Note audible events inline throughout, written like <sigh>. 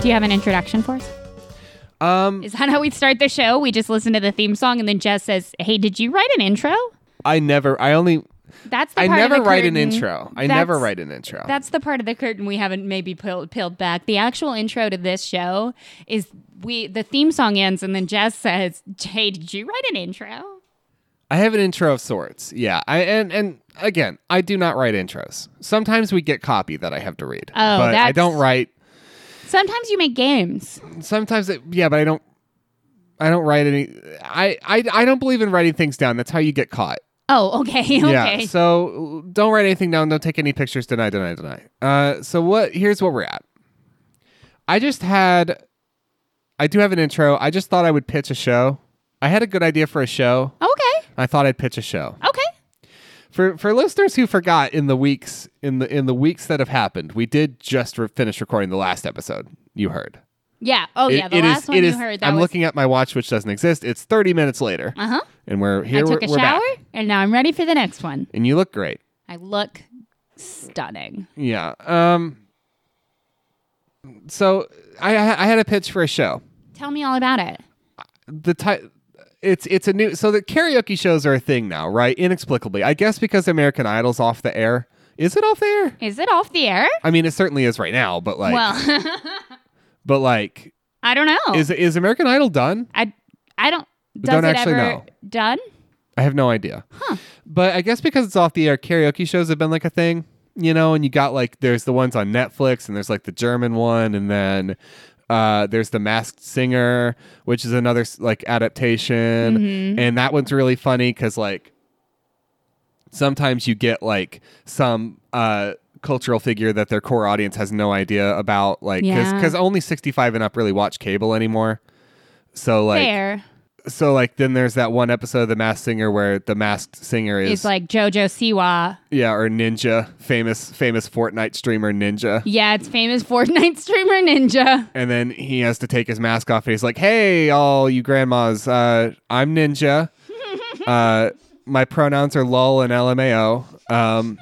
Do you have an introduction for us? Um, Is that how we start the show? We just listen to the theme song and then Jess says, "Hey, did you write an intro?" I never. I only. That's the I part of never the write an curtain- intro. I That's- never write an intro. That's the part of the curtain we haven't maybe peeled, peeled back. The actual intro to this show is we the theme song ends and then Jess says, "Hey, did you write an intro?" I have an intro of sorts. Yeah. I and and again, I do not write intros. Sometimes we get copy that I have to read. Oh, but I that's- don't write. Sometimes you make games. Sometimes it. Yeah, but I don't. I don't write any. I I I don't believe in writing things down. That's how you get caught. Oh, okay, <laughs> okay. <laughs> Yeah. So don't write anything down. Don't take any pictures. Deny, deny, deny. Uh, so what? Here's what we're at. I just had. I do have an intro. I just thought I would pitch a show. I had a good idea for a show. okay, I thought I'd pitch a show okay. for for listeners who forgot in the weeks in the in the weeks that have happened. We did just re- finish recording the last episode. You heard. Yeah. Oh, yeah. The It- it last is- one it you is- heard. That I'm was, looking at my watch, which doesn't exist. It's 30 minutes later, Uh huh. and we're I here. took we're, a we're shower back. and now I'm ready for the next one. and you look great. I look stunning. Yeah. Um. So I I had a pitch for a show. Tell me all about it. The ti- it's it's a new so the karaoke shows are a thing now, right? Inexplicably, I guess because American Idol's off the air. Is it off the air? Is it off the air? I mean, it certainly is right now, but like, well, <laughs> but like, I don't know. is is American Idol done? I I don't. Does Don't it actually ever know. done? I have no idea. But I guess because it's off the air, karaoke shows have been like a thing, you know, and you got like there's the ones on Netflix and there's like the German one and then uh, there's the Masked Singer, which is another s- like adaptation. Mm-hmm. And that one's really funny because like sometimes you get like some uh, cultural figure that their core audience has no idea about, like because Yeah. only 65 and up really watch cable anymore. So like Fair. so like then there's that one episode of the masked singer where the masked singer is It's like JoJo Siwa. yeah or ninja famous famous fortnite streamer ninja Yeah, it's famous <laughs> Fortnite streamer Ninja. and then he has to take his mask off and he's like hey all you grandmas uh, i'm <laughs> ninja uh, my pronouns are lol and lmao um,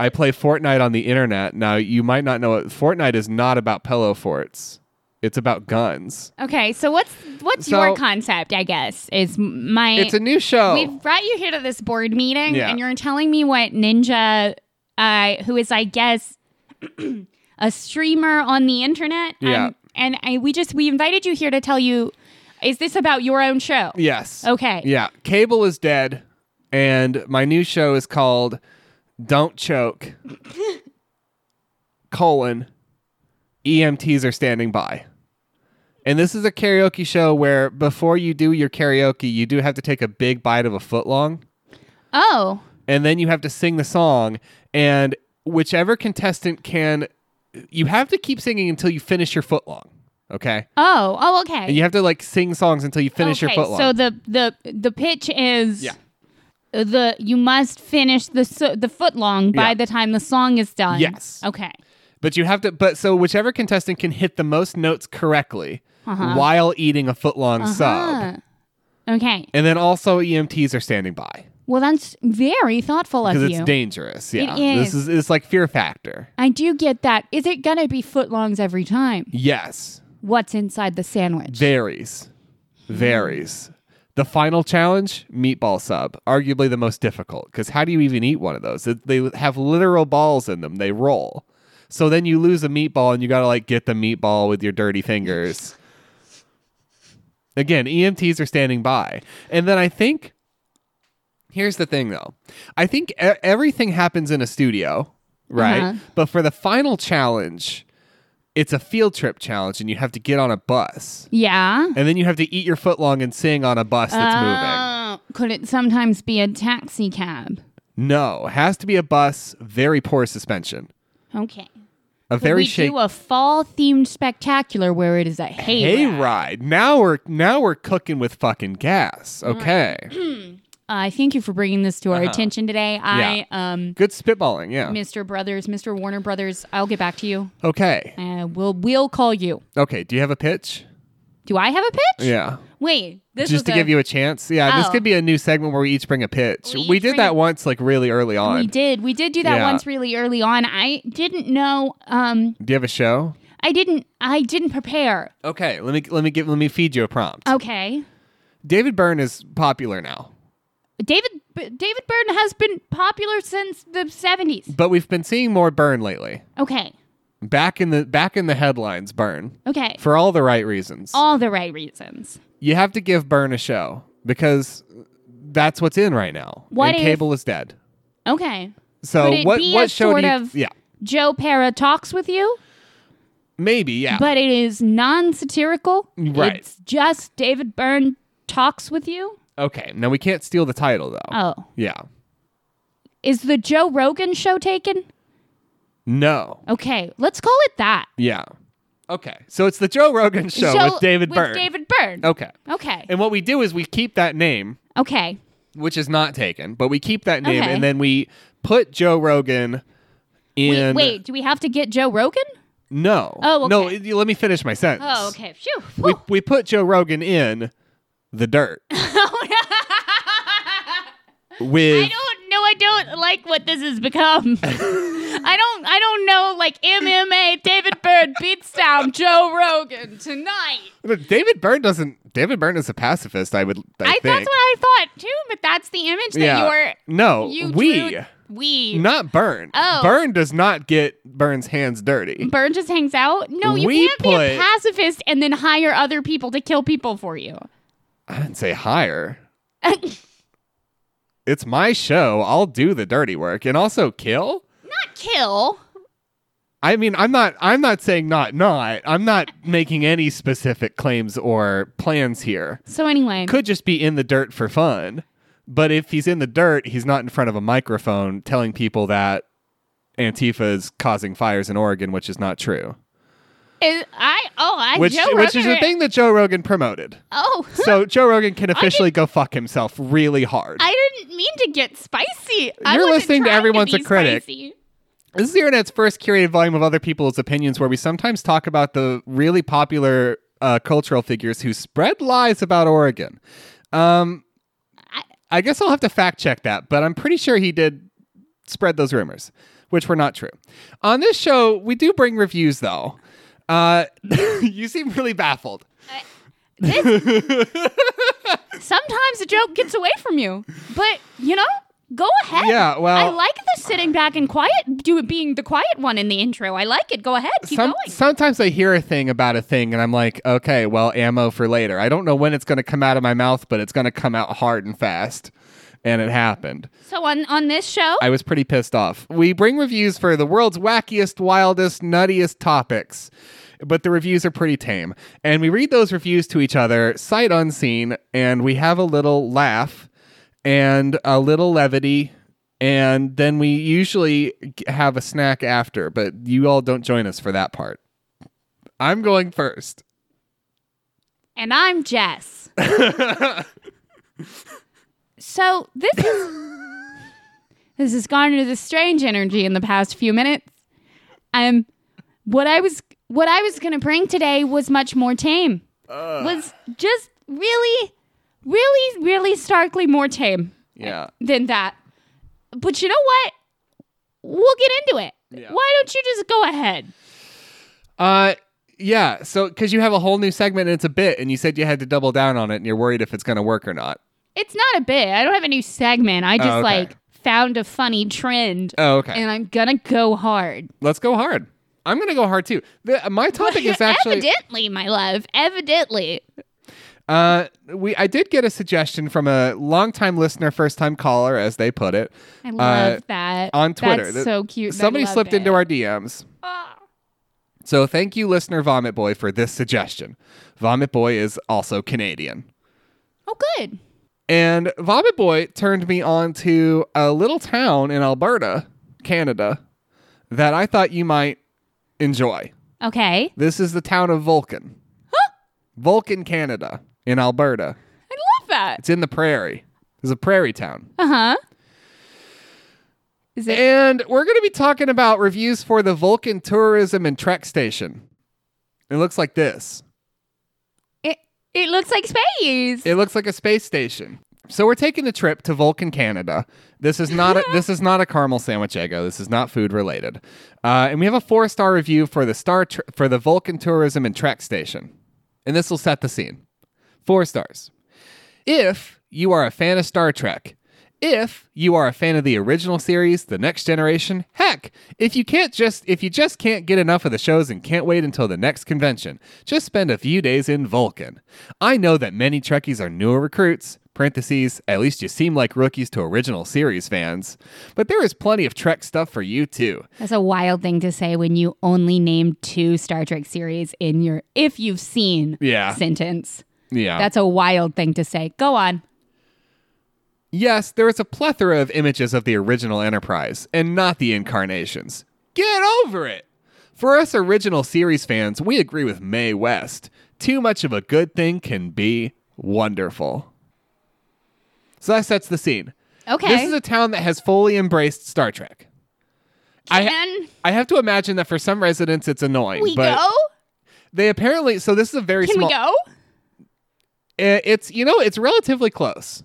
i play fortnite on the internet now you might not know it fortnite is not about pillow forts it's about guns Okay, so what's what's So- your concept? I guess is m- my. it's a new show We've brought you here to this board meeting, Oh. Yeah. and you're telling me what Ninja, uh, who is, I guess, <clears throat> a streamer on the internet. Yeah. um, and I, we just we invited you here to tell you, is this about your own show? yes Okay. Yeah, cable is dead, and my new show is called <laughs> "Don't Choke." colon, EMTs are standing by, and this is a karaoke show where before you do your karaoke, you do have to take a big bite of a footlong, Oh, and then you have to sing the song, and whichever contestant can, you have to keep singing until you finish your footlong. Okay, oh, oh, okay. and you have to like sing songs until you finish okay, your footlong. So the the the pitch is Yeah. the you must finish the so, the foot long by Yeah. the time the song is done. Yes. Okay. But you have to, but so whichever contestant can hit the most notes correctly Uh-huh. while eating a footlong Huh. sub. Ah. Okay. And then also EMTs are standing by Well, that's very thoughtful of because it's you. dangerous. Yeah. This is. is, it's like fear factor. I do get that. Is it gonna be foot longs every time? Yes. What's inside the sandwich? Varies. Varies. The final challenge meatball sub, arguably the most difficult because how do you even eat one of those? It- They have literal balls in them, they roll. So then you lose a meatball and you got to like get the meatball with your dirty fingers. Again, EMTs are standing by. And then I think here's the thing though. I think e- everything happens in a studio, right? Uh-huh. But for the final challenge, it's a field trip challenge and you have to get on a bus. yeah. And then you have to eat your footlong and sing on a bus that's moving. Oh, could it sometimes be a taxi cab? No, it has to be a bus, very poor suspension. Okay. a very we shaky do a fall themed spectacular where it is a hay, hayride. ride. Now we're now we're cooking with fucking gas. Mm. Okay, Uh, thank you for bringing this to our Uh-huh. attention today. I, um, good spitballing. Yeah. Mr. Brothers, Mr. Warner Brothers, I'll get back to you. Okay. Uh, we'll we'll call you. Okay. Do you have a pitch? Do I have a pitch? Yeah. Wait, this just to was a- give you a chance. Yeah, this Oh. could be a new segment where we each bring a pitch. We We, each did bring a- that once, like really early on. We did. We did do that Yeah. once really early on. I didn't know. Um, Do you have a show? I didn't. I didn't prepare. Okay, let me let me give let me feed you a prompt. Okay. David Byrne is popular now, David B- David Byrne has been popular since the seventies. but we've been seeing more Byrne lately. Okay. Back in the back in the headlines, Byrne Okay. for all the right reasons. All the right reasons. you have to give Byrne a show because that's what's in right now. What and if- cable is dead. Okay. So Could it what be a what show sort do you, of- yeah Joe Para talks with you, maybe yeah but it is non-satirical. Right. It's just David Byrne talks with you. okay now we can't steal the title though Oh, yeah is the Joe Rogan show taken? no Okay, let's call it that. Yeah. Okay. So it's the Joe Rogan <laughs> show with David with Byrne. Oh. David Byrne. Okay. Okay. And what we do is we keep that name, Okay. which is not taken, but we keep that name Okay. and then we put Joe Rogan Wait, in. wait, do we have to get Joe Rogan? No. Oh, No, okay. it- let me finish my sentence. Oh, okay. Phew. We, we put Joe Rogan in <laughs> the dirt. I don't With know. I don't like what this has <laughs> become. I don't. I don't know. Like MMA, David Byrne beats down Joe Rogan tonight. David Byrne doesn't. David Byrne is a pacifist. I would. I, I, think. that's what I thought too. But that's the image that yeah. no, you were. You we, drew- we. not Byrne. Oh. Byrne does not get Byrne's hands dirty. Byrne just hangs out. No, you We can't be a put- pacifist and then hire other people to kill people for you. I didn't <laughs> say hire. It's my show. I'll do the dirty work and also kill. Not kill. I mean, I'm not. I'm not saying not not. I'm not making any specific claims or plans here. So anyway, Could just be in the dirt for fun. But if he's in the dirt, he's not in front of a microphone telling people that Antifa is causing fires in Oregon, which is not true. is- I oh I Which Joe which Rogan is the thing that Joe Rogan promoted. Oh, <laughs> So Joe Rogan can officially go fuck himself really hard. I didn't mean to get spicy. I You're wasn't listening to trying Everyone's be a Critic. spicy. This is the internet's first curated volume of other people's opinions, where we sometimes talk about the really popular uh, cultural figures who spread lies about Oregon. Um, I- I guess I'll have to fact check that, but I'm pretty sure he did spread those rumors, which were not true. On this show, we do bring reviews, though. Uh, <laughs> you seem really baffled. Sometimes a joke gets away from you, but you know, go ahead. Yeah, well- I like the sitting back and quiet, do it being the quiet one in the intro. I like it. Go ahead, keep Some- going. sometimes I hear a thing about a thing and I'm like, okay, well, ammo for later. I don't know when it's going to come out of my mouth, but it's going to come out hard and fast. And it happened. So on on this show, I was pretty pissed off. We bring reviews for the world's wackiest, wildest, nuttiest topics, but the reviews are pretty tame. And we read those reviews to each other, sight unseen, and we have a little laugh and a little levity. And then we usually g- have a snack after, but you all don't join us for that part. I'm going first. and I'm Jess. so this is this has garnered a strange energy in the past few minutes. I'm what I was what I was gonna bring today was much more tame. Was just really, really, really starkly more tame Yeah. than that. But you know what? We'll get into it. Yeah. Why don't you just go ahead? Uh, yeah. So, because you have a whole new segment and it's a bit, and you said you had to double down on it, and you're worried if it's going to work or not. It's not a bit. I don't have a new segment. I just Oh, okay. like found a funny trend. Oh, okay. And I'm gonna go hard. Let's go hard. I'm going to go hard too. The, my topic <laughs> is actually evidently, my love. Evidently. uh, we. I did get a suggestion from a longtime listener, first time caller, as they put it, I love that. Uh, on Twitter. That's That- so cute. I Somebody love slipped it. into our DMs. Ah. So thank you, listener Vomit Boy, for this suggestion. Vomit Boy is also Canadian. Oh good. And Vomit Boy turned me on to a little town in Alberta, Canada, that I thought you might Enjoy. Okay. This is the town of Vulcan. Vulcan, Canada, in Alberta. I love that. It's in the prairie. It's a prairie town. Uh huh. Is it? And we're going to be talking about reviews for the Vulcan Tourism and Trek Station. It looks like this. It, it looks like space. It looks like a space station. So we're taking a trip to Vulcan, Canada. This is not a, this is not a caramel sandwich ego. This is not food related. Uh, and we have a four star review for the star tr- for the Vulcan Tourism and Trek Station. And this will set the scene. Four stars. If you are a fan of Star Trek, if you are a fan of the original series, The Next Generation, heck, if you can't just if you just can't get enough of the shows and can't wait until the next convention, just spend a few days in Vulcan. I know that many Trekkies are newer recruits. Parentheses, at least you seem like rookies to original series fans. But there is plenty of Trek stuff for you too. That's a wild thing to say when you only named two Star Trek series in your if you've seen Yeah. sentence. Yeah. That's a wild thing to say. Go on. Yes, there is a plethora of images of the original Enterprise, and not the incarnations. Get over it! For us original series fans, we agree with Mae West. Too much of a good thing can be wonderful. So that sets the scene. Okay. This is a town that has fully embraced Star Trek. I, Can I have to imagine that for some residents it's annoying, we but go? they apparently so this is a very Can small we go? Uh, it's you know it's relatively close.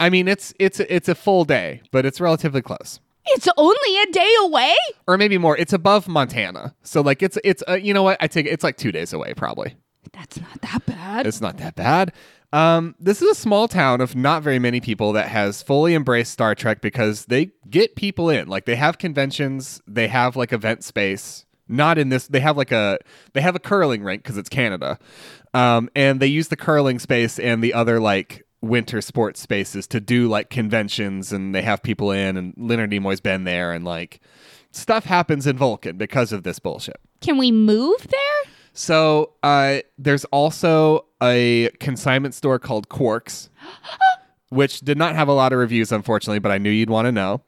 I mean it's it's it's a full day, but it's relatively close, It's only a day away. or maybe more. It's above Montana, so like it's it's uh, you know what I take it- it's like two days away probably. That's not that bad. It's not that bad. Um, this is a small town of not very many people that has fully embraced Star Trek because they get people in. Like they have conventions, they have like event space. Not in this, they have like a they have a curling rink because it's Canada, um, and they use the curling space and the other like winter sports spaces to do like conventions, and they have people in. And Leonard Nimoy's been there, and like stuff happens in Vulcan because of this bullshit. Can we move there? So uh, there's also a consignment store <gasps> called Quarks, which did not have a lot of reviews, unfortunately, but I knew you'd want to know.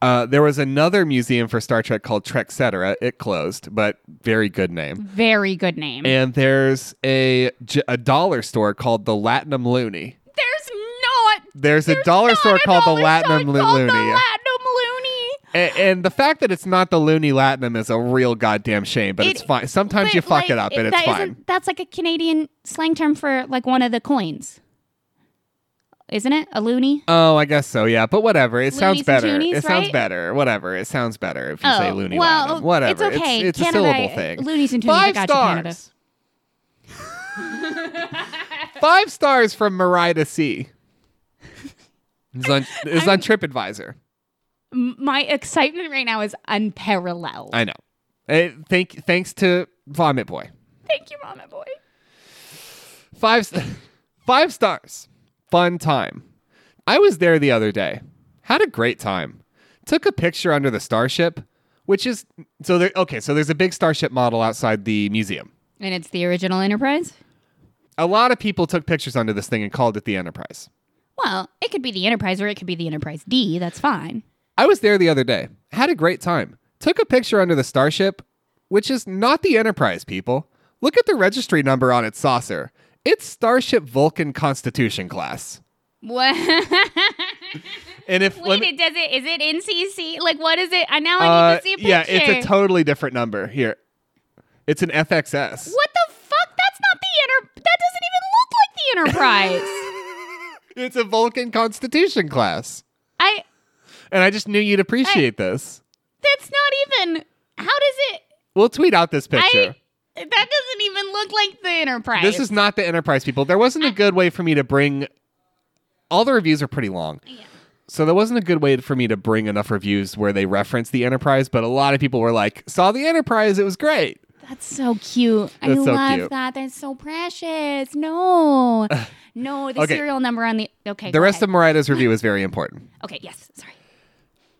Uh, there was another museum for Star Trek called Trekcetera. It closed, but very good Mm-hmm. name. Very good name. And there's a, j- a dollar store called the Latinum Looney. There's not. There's, a there's dollar not store a called dollar the store Latinum Lo- called Looney. The Latinum Looney. A- and, the fact that it's not the Looney Latinum is a real goddamn shame, but It- it's fine. Sometimes you But, fuck like, it up and it's that fine. isn't- That's like a Canadian slang term for like one of the coins, isn't it? A loony. Oh, I guess so. Yeah, but whatever. It sounds Loonies and better. Toonies, it sounds right? Oh, better. Whatever. It sounds better if you say loony well, Latinum. Whatever. It's okay. It's, Canada, a syllable thing. Loonies and Toonies. I Five got You, Canada. stars. Five stars from Mariah to C. It's on, it's on TripAdvisor. M- My excitement right now is unparalleled. I know. Eh, thank, thanks to Vomit Boy. Thank you, Mama Boy. Five, st- <laughs> five stars. Fun time. I was there the other day. Had a great time. Took a picture under the starship, which is so there. Okay, so there's a big starship model outside the museum. And it's the original Enterprise. A lot of people took pictures under this thing and called it the Enterprise. Well, it could be the Enterprise or it could be the Enterprise D. That's fine. I was there the other day. Had a great time. Took a picture under the starship, which is not the Enterprise, people. Look at the registry number on its saucer. It's Starship Vulcan Constitution class. <laughs> What? And if Wait, me- it does it. Is it NCC? Like, what is it? I now I need Uh, to see a picture. yeah, it's a totally different number here. It's an FXS. What the fuck? That's not the inter. That doesn't even look like the <laughs> Enterprise. It's a Vulcan Constitution class, I. and I just knew you'd appreciate this. That's not even. How does it? We'll tweet out this I. picture. That doesn't even look like the Enterprise. this is not the Enterprise people. There wasn't a good way for me to bring. All the reviews are pretty long. So there wasn't a good way for me to bring enough reviews where they reference the Enterprise, but a lot of people were like, "Saw the Enterprise, it was great." That's so cute. I That's so love cute. that. That's so precious. <laughs> No. no, the Okay. serial number on the. Okay. The go rest ahead. of Mariah's review is very important. Okay, yes. Sorry.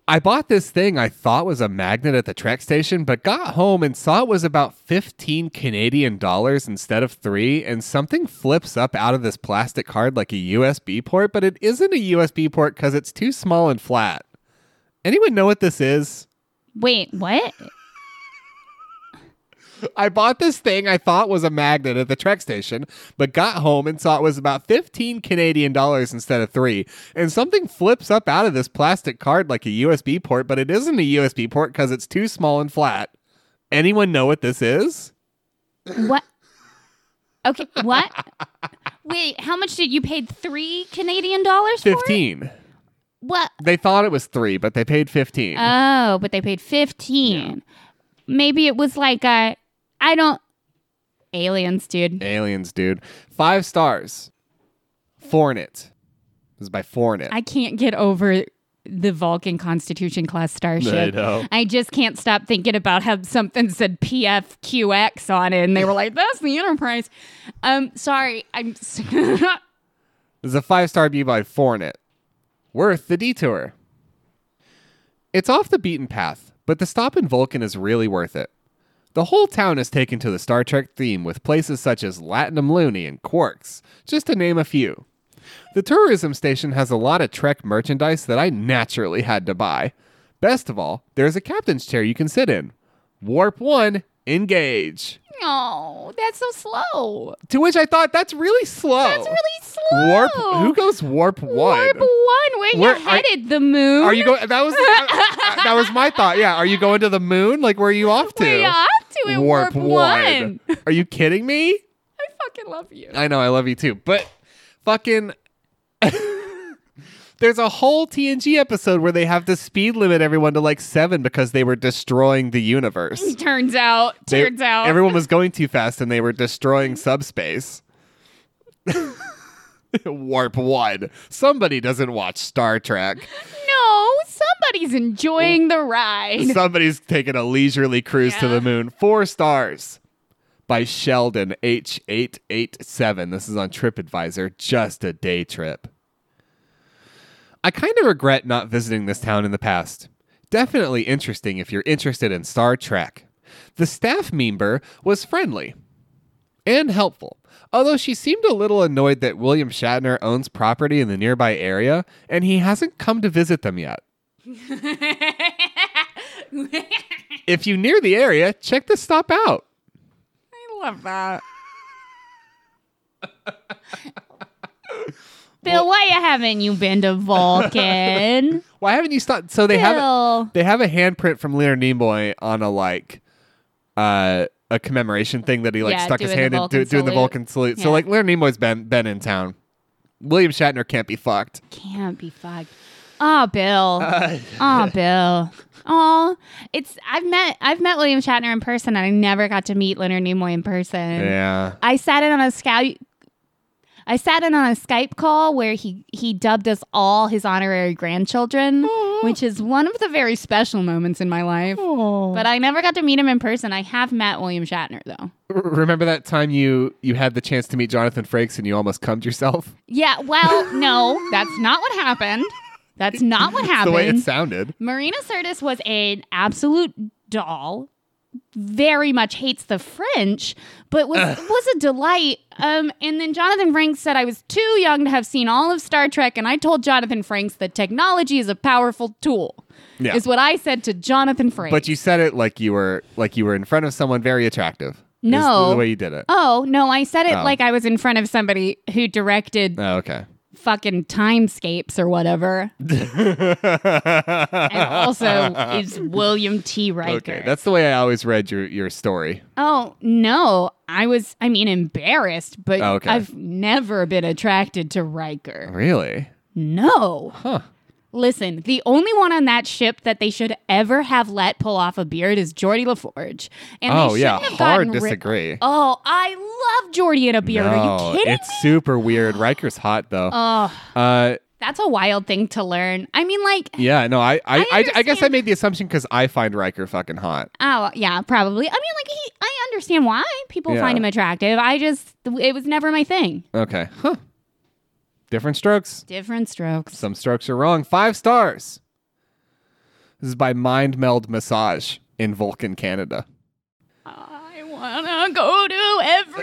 I bought this thing I thought was a magnet at the Trek station, but got home and saw it was about 15 Canadian dollars instead of three, and something flips up out of this plastic card like a USB port, but it isn't a USB port because it's too small and flat. Anyone know what this is? Wait, what? I bought this thing I thought was a magnet at the Trek station, but got home and saw it was about 15 Canadian dollars instead of three. And something flips up out of this plastic card like a USB port, but it isn't a USB port because it's too small and flat. Anyone know what this is? What? Okay, what? Wait, how much did you pay? Three Canadian dollars for it? 15. What? They thought it was three, but they paid 15. Oh, but they paid fifteen. Maybe it was like I, I don't. Aliens, dude. Aliens, dude. Five stars. Fornit. This is by Fornit. I can't get over the Vulcan Constitution class starship. know. I just can't stop thinking about how something said PFQX on it, and they were like, "That's the Enterprise." Um, sorry, I'm. s- <laughs> This is a five star review by Fornit. Worth the detour. It's off the beaten path, but the stop in Vulcan is really worth it. The whole town is taken to the Star Trek theme with places such as Latinum Looney and Quarks, just to name a few. The tourism station has a lot of Trek merchandise that I naturally had to buy. Best of all, there's a captain's chair you can sit in. Warp 1, engage. oh, that's so slow. To which I thought, that's really slow. That's really slow. Oh. Warp. Who goes warp one? Warp one. Where, Where- you are- headed? the moon. Are you going? That was that was my thought. Yeah. Are you going to the moon? Like, where are you off to? Where you off to in warp, one? Are you kidding me? I fucking love you. I know. I love you too, but fucking. <laughs> There's a whole TNG episode where they have to speed limit everyone to like seven because they were destroying the <laughs> universe. Turns out, <laughs> They- turns out, everyone was going too fast and they were destroying subspace. <laughs> Warp one. Somebody doesn't watch Star Trek. no, somebody's enjoying the ride. <laughs> Somebody's taking a leisurely cruise to Yeah. the moon. Four stars by Sheldon H887. This is on TripAdvisor, just a day trip. I kind of regret not visiting this town in the past. Definitely interesting if you're interested in Star Trek. The staff member was friendly and helpful, although she seemed a little annoyed that William Shatner owns property in the nearby area and he hasn't come to visit them yet. I If you near the area, check this stop out. love that. Bill, why you haven't you been to Vulcan? Why haven't you stopped? So they have Bill, they have a handprint from Leonard Nimoy on a like uh, a commemoration thing that he like Yeah, stuck his doing the hand in Vulcan do, doing the salute. Vulcan salute. So Yeah. like Leonard Nimoy's been been in town. William Shatner can't be fucked. can't be fucked. Oh, <laughs> Bill. Oh, Bill. Oh, it's I've met I've met William Shatner in person, and I never got to meet Leonard Nimoy in person. yeah. I sat in on a Skype. I sat in on a Skype call where he he dubbed us all his honorary grandchildren, which is one of the very special moments in my life. But I never got to meet him in person. I have met William Shatner though. R- Remember that time you you had the chance to meet Jonathan Frakes and you almost cummed yourself? <laughs> Yeah, well, no, that's not what happened. That's not <laughs> what The way it happened. sounded. Marina Sirtis was an absolute doll. Very much hates the French, but was was a delight. Um, and then Jonathan Franks said I was too young to have seen all of Star Trek, and I told Jonathan Franks that technology is a powerful tool. Yeah. Is what I said to Jonathan Franks. But you said it like you were like you were in front of someone very attractive. is No. the way you did it. oh no, I said it Oh. like I was in front of somebody who directed <laughs> Oh, okay. fucking timescapes or whatever, <laughs> and <laughs> also is William T. Riker. Okay, that's the way I always read your, your story. Oh no, I was I mean embarrassed, but Oh, okay. I've never been attracted to Riker. Really? No. Huh. Listen, the only one on that ship that they should ever have let pull off a beard is Geordi LaForge. And oh they yeah, shouldn't have hard gotten rid- disagree. oh, I love Geordi in a beard. Are you kidding it's me? super weird. Riker's hot though. Oh, Uh, that's a wild thing to learn. I mean, like, yeah, no, I, I, I, I, guess I understand. made the assumption because I find Riker fucking hot. oh yeah, probably. I mean, like, he, I understand why people Yeah. find him attractive. I just, it was never my thing. Okay, huh? Different strokes. Different strokes. Some strokes are wrong. Five stars. This is by Mind Meld Massage in Vulcan, Canada. I wanna go to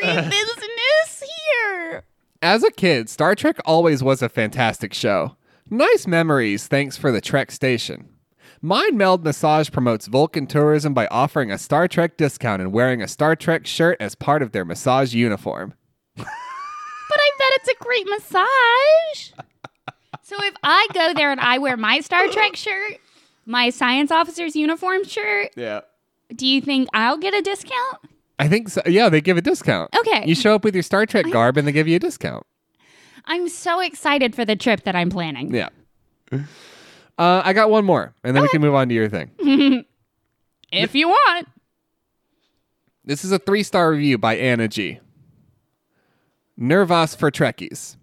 <laughs> every business here. As a kid, Star Trek always was a fantastic show. Nice memories, thanks for the Trek station. Mind Meld Massage promotes Vulcan tourism by offering a Star Trek discount and wearing a Star Trek shirt as part of their massage uniform. But I bet it's a great massage. So if I go there and I wear my Star Trek shirt, my science officer's uniform shirt, Yeah. do you think I'll get a discount? I think so. Yeah, they give a discount. Okay. You show up with your Star Trek garb and they give you a discount. I'm so excited for the trip that I'm planning. Yeah. Uh, I got one more, and then we can move on to your thing. If you want. This is a three star review by Anna G. Nervas for Trekkies.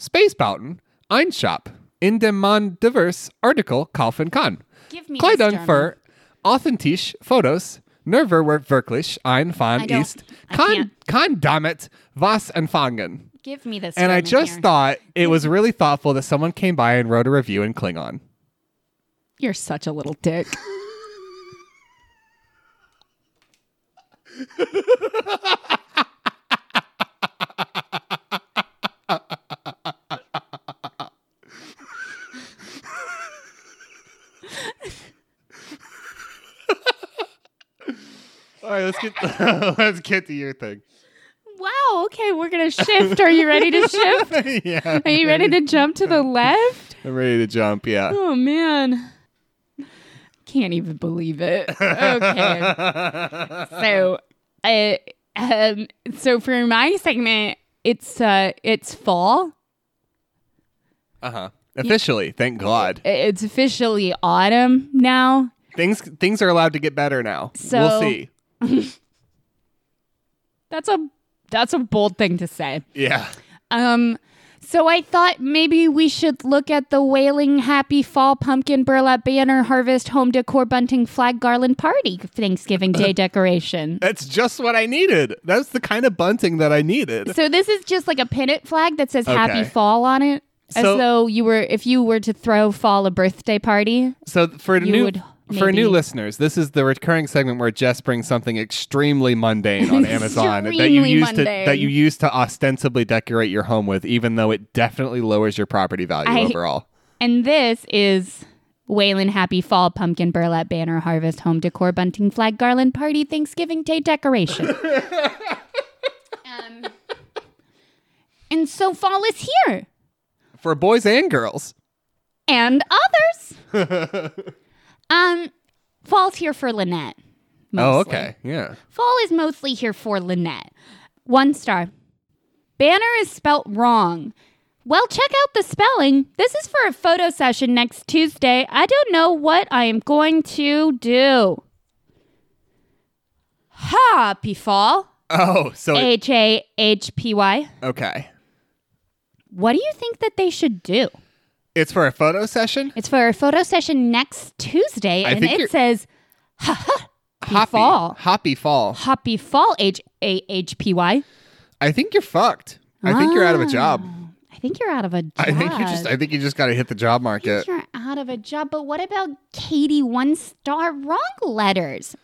Spacebauten, Einshop, in dem man diverse Artikel kaufen kann. Give me this Kleidung German. für authentisch Fotos, Nerver wird wirklich ein I Fan don't- ist, I kann, can't. kann damit was empfangen. Give me this. And I German just here. thought it was really thoughtful that someone came by and wrote a review in Klingon. You're such a little dick. All right, let's get <laughs> let's get to your thing. Wow, okay, we're gonna shift. Are you ready <laughs> to shift? <laughs> yeah, Are you ready to jump to the left? I'm ready to jump. Yeah. Oh man. Can't even believe it. Okay. so uh, um so for my segment, it's uh it's fall. Uh huh. Officially, thank God. I- It's officially autumn now. Things things are allowed to get better now. we'll So- see. That's a that's a bold thing to say. Yeah. Um, so I thought maybe we should look at the wailing happy fall pumpkin burlap banner harvest home decor bunting flag garland party Thanksgiving Day decoration. That's just what I needed. That's the kind of bunting that I needed. So this is just like a pennant flag that says happy Okay. fall on it. As So- though you were if you were to throw fall a birthday party. So for the You new would for new maybe- listeners, this is the recurring segment where Jess brings something extremely mundane <laughs> on Amazon that you Extremely use to mundane. that you use to ostensibly decorate your home with, even though it definitely lowers your property value I- overall. And this is Wayland Happy Fall Pumpkin Burlap Banner Harvest Home Decor Bunting Flag Garland Party Thanksgiving Day <laughs> Decoration. um, and so fall is here For boys and girls. and others. <laughs> um, fall's here for Lynette. Oh, mostly. okay. Yeah. Fall is mostly here for Lynette. One star. Banner is spelt wrong. Well, check out the spelling. This is for a photo session next Tuesday. I don't know what I am going to do. Happy fall. Oh, so it- H A H P Y. okay. What do you think that they should do? It's for a photo session. It's for a photo session next Tuesday, I and think it you're- says Hoppy fall. Hoppy fall. Happy Fall H A H P Y. I think you're fucked. I think you're out of a job. I think you're out of a job. I think you just. I think you just got to hit the job market. You're out of a job, but what about Katie one star wrong letters?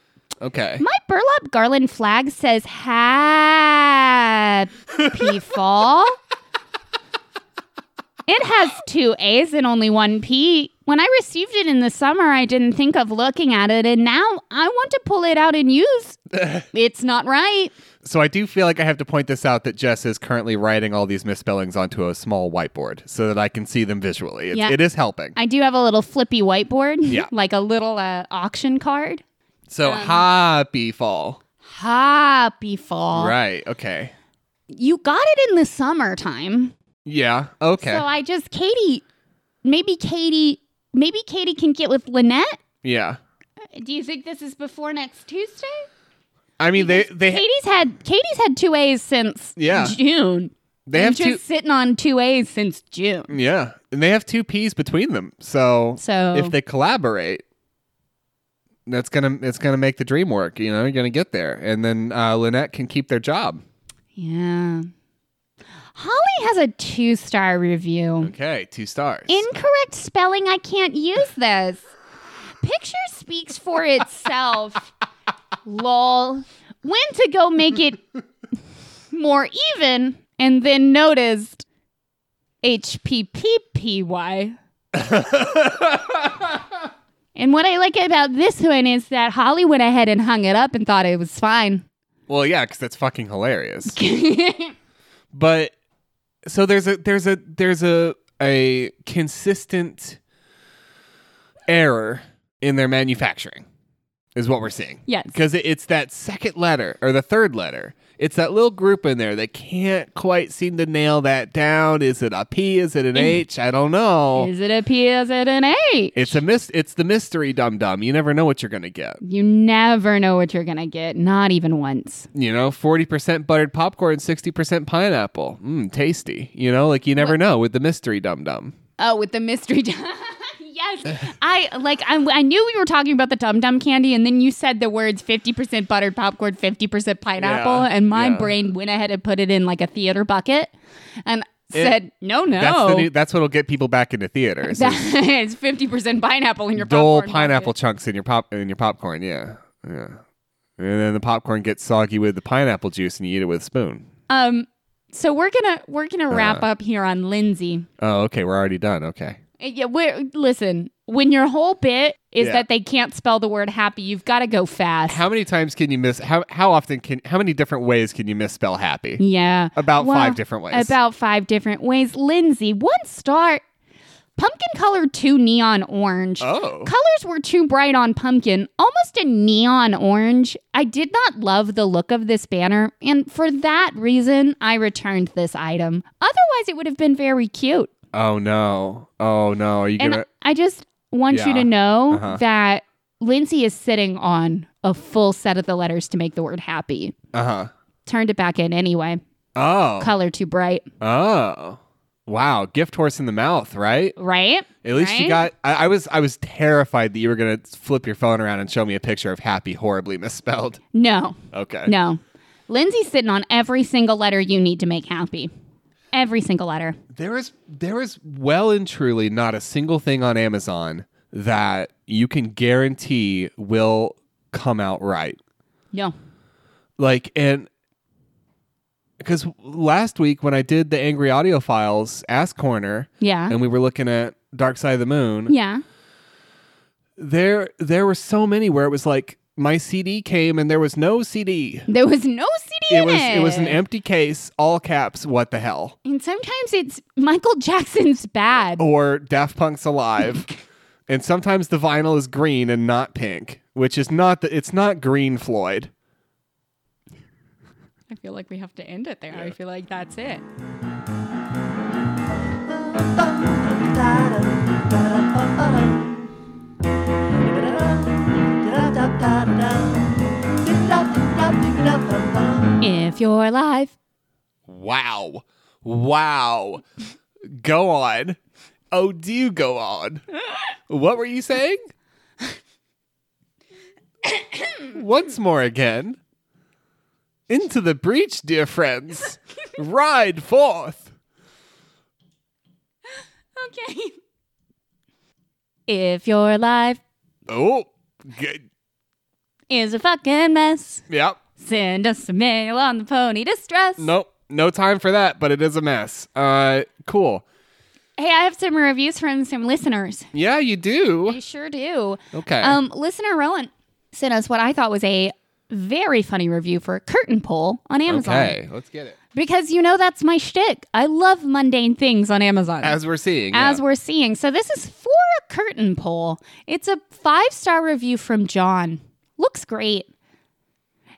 Okay. My burlap garland flag says <laughs> happy fall. It has two A's and only one P. When I received it in the summer, I didn't think of looking at it, and now I want to pull it out and use. <laughs> it's not right. So I do feel like I have to point this out that Jess is currently writing all these misspellings onto a small whiteboard so that I can see them visually. It's, Yeah. It is helping. I do have a little flippy whiteboard, Yeah. <laughs> like a little uh, auction card. So Um, happy fall. Happy fall. Right. Okay. you got it in the summertime. Yeah. Okay. So I just Katie, maybe Katie, maybe Katie can get with Lynette. yeah. Do you think this is before next Tuesday? I mean they they Katie's had Katie's had two A's since Yeah. June. they I'm have just two sitting on two A's since June. yeah and they have two p's between them. So So if they collaborate that's gonna it's gonna make the dream work you know you're gonna get there and then uh, lynette can keep their job yeah, Holly has a two star review. okay two stars Incorrect spelling. I can't use this. Picture speaks for itself. Lol. When to go make it more even, and then noticed HPPPY. And what I like about this one is that Holly went ahead and hung it up and thought it was fine. <laughs> <laughs> Well, yeah, because that's fucking hilarious. but so there's a there's a there's a a consistent error in their manufacturing is what we're seeing. Yes. Because it's that second letter or the third letter. It's that little group in there that can't quite seem to nail that down. Is it a P? Is it an H? I don't know. Mm. Is it a P? Is it an A? It's a mis- It's the mystery dum dum. You never know what you're gonna get. You never know what you're going to get, not even once. You know, forty percent buttered popcorn, sixty percent pineapple. Mmm, tasty. You know, like you never know with the mystery dum dum. Oh, with the mystery. <laughs> d- yes. I like I, I knew we were talking about the Dum Dum candy and then you said the words 50% buttered popcorn, 50% pineapple Yeah, and my yeah. brain went ahead and put it in like a theater bucket and said, "No, no." That's the new, That's what'll get people back into <laughs> theaters. is That is fifty percent pineapple in your Dole popcorn pineapple bucket. chunks in your pop in your popcorn. Yeah, yeah. And then the popcorn gets soggy with the pineapple juice, and you eat it with a spoon. Um, so we're gonna we're Uh. gonna wrap up here on Lindsay. Oh, okay. We're already done. Okay. Uh, Yeah, we're, listen. When your whole bit is Yeah. that they can't spell the word happy, you've got to go fast. How many times can you miss? How how often can? How many different ways can you misspell happy? yeah, About Well, five different ways. About five different ways. Lindsay, one star. Pumpkin color too neon orange. oh. Colors were too bright on pumpkin, almost a neon orange. I did not love the look of this banner, and for that reason, I returned this item. Otherwise, it would have been very cute. Oh no. Oh no. Are you And gonna? I just want you Yeah. to know Uh-huh. that Lindsay is sitting on a full set of the letters to make the word happy. Uh huh. Turned it back in anyway. Oh. Color too bright, Oh. Wow. Gift horse in the mouth, right? right? At least you Right? got. I, I was. I was terrified that you were gonna flip your phone around and show me a picture of happy horribly misspelled. <laughs> No, Okay. no. Lindsay's sitting on every single letter you need to make happy. Every single letter. There is. There is well and truly not a single thing on Amazon that you can guarantee will come out right. No. like and because last week when i did the angry audio files ask corner Yeah. and we were looking at dark side of the moon Uh-huh. Yeah. there there were so many where it was like my cd came and there was no cd There was no CD it in was it. it was an empty case all caps what the hell and sometimes it's Michael Jackson's bad. or daft punk's <laughs> alive and sometimes the vinyl is green and not pink which is not the, it's not green floyd I feel like we have to end it there. I feel like that's it. If you're live, Wow. Wow. go on. Oh, do go on. what were you saying? Once more again. Into the breach, dear friends. Ride forth. okay. If your life Oh, good. is a fucking mess, Yep. send us a mail on the pony distress. Nope. No time for that, but it is a mess. Uh, cool. Hey, I have some reviews from some listeners. Yeah, you do. They sure do. Okay. Um, listener Rowan sent us what I thought was a very funny review for curtain pole on Amazon. okay, let's get it. Because you know that's my shtick. I love mundane things on Amazon. As we're seeing. as yeah. we're seeing. So this is for a curtain pole. It's a five star review from John. Looks great.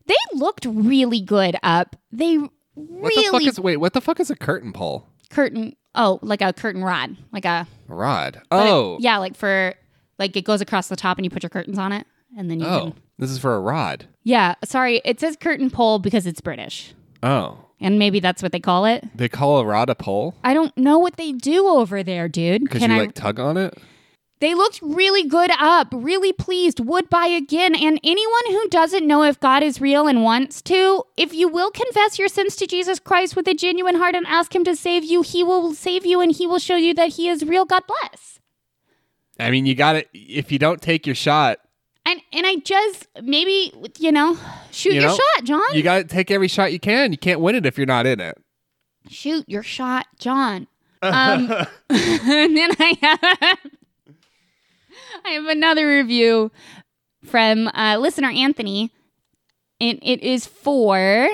They looked really good up. They what the fuck really is wait, what the fuck is a curtain pole? curtain oh, like a curtain rod. Like a Rod. but it- Oh. yeah, like for like it goes across the top and you put your curtains on it and then you Oh, can this is for a rod. Yeah, sorry, it says curtain pole because it's British. Oh, And maybe that's what they call it. they call a rod a pole I don't know what they do over there, dude. because you I like tug on it. They looked really good up, really pleased, would buy again. And anyone who doesn't know if God is real and wants to, if you will confess your sins to Jesus Christ with a genuine heart and ask Him to save you, He will save you and He will show you that He is real. God bless. I mean, you got it. If you don't take your shot, And, and I just, maybe, you know, shoot You your know, shot, John. you got to take every shot you can. You can't win it if you're not in it. shoot your <laughs> shot, John. Um, and then I have. I have another review from uh, listener Anthony, and it is for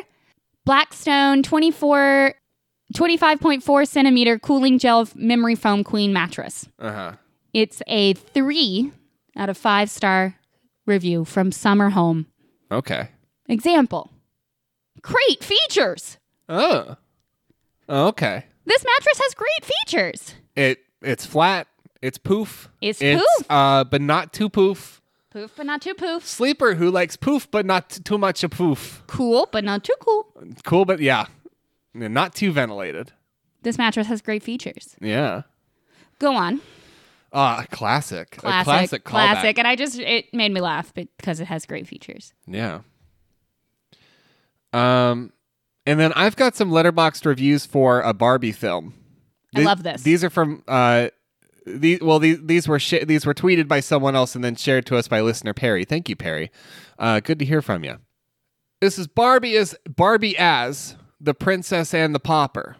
Blackstone 24, 25.4 centimeter cooling gel memory foam queen mattress. Uh huh. It's a three out of five star review from Summer Home. Okay. Example Great features. Oh. Okay. This mattress has great features. It it's flat. It's poof. It's poof. Uh, but not too poof. Poof, but not too poof. Sleeper who likes poof, but not t- too much of poof. Cool, but not too cool. Cool, but yeah, Yeah, not too ventilated. This mattress has great features. Yeah. Go on. Ah, classic. A Classic. classic. callback. classic. And I just, it made me laugh because it has great features. Yeah. Um, and then I've got some letterboxed reviews for a Barbie film. I love this. These are from uh, these. Well, these these were sh- these were tweeted by someone else and then shared to us by listener Perry. Thank you, Perry. Uh, good to hear from you. This is Barbie as Barbie as the princess and the pauper.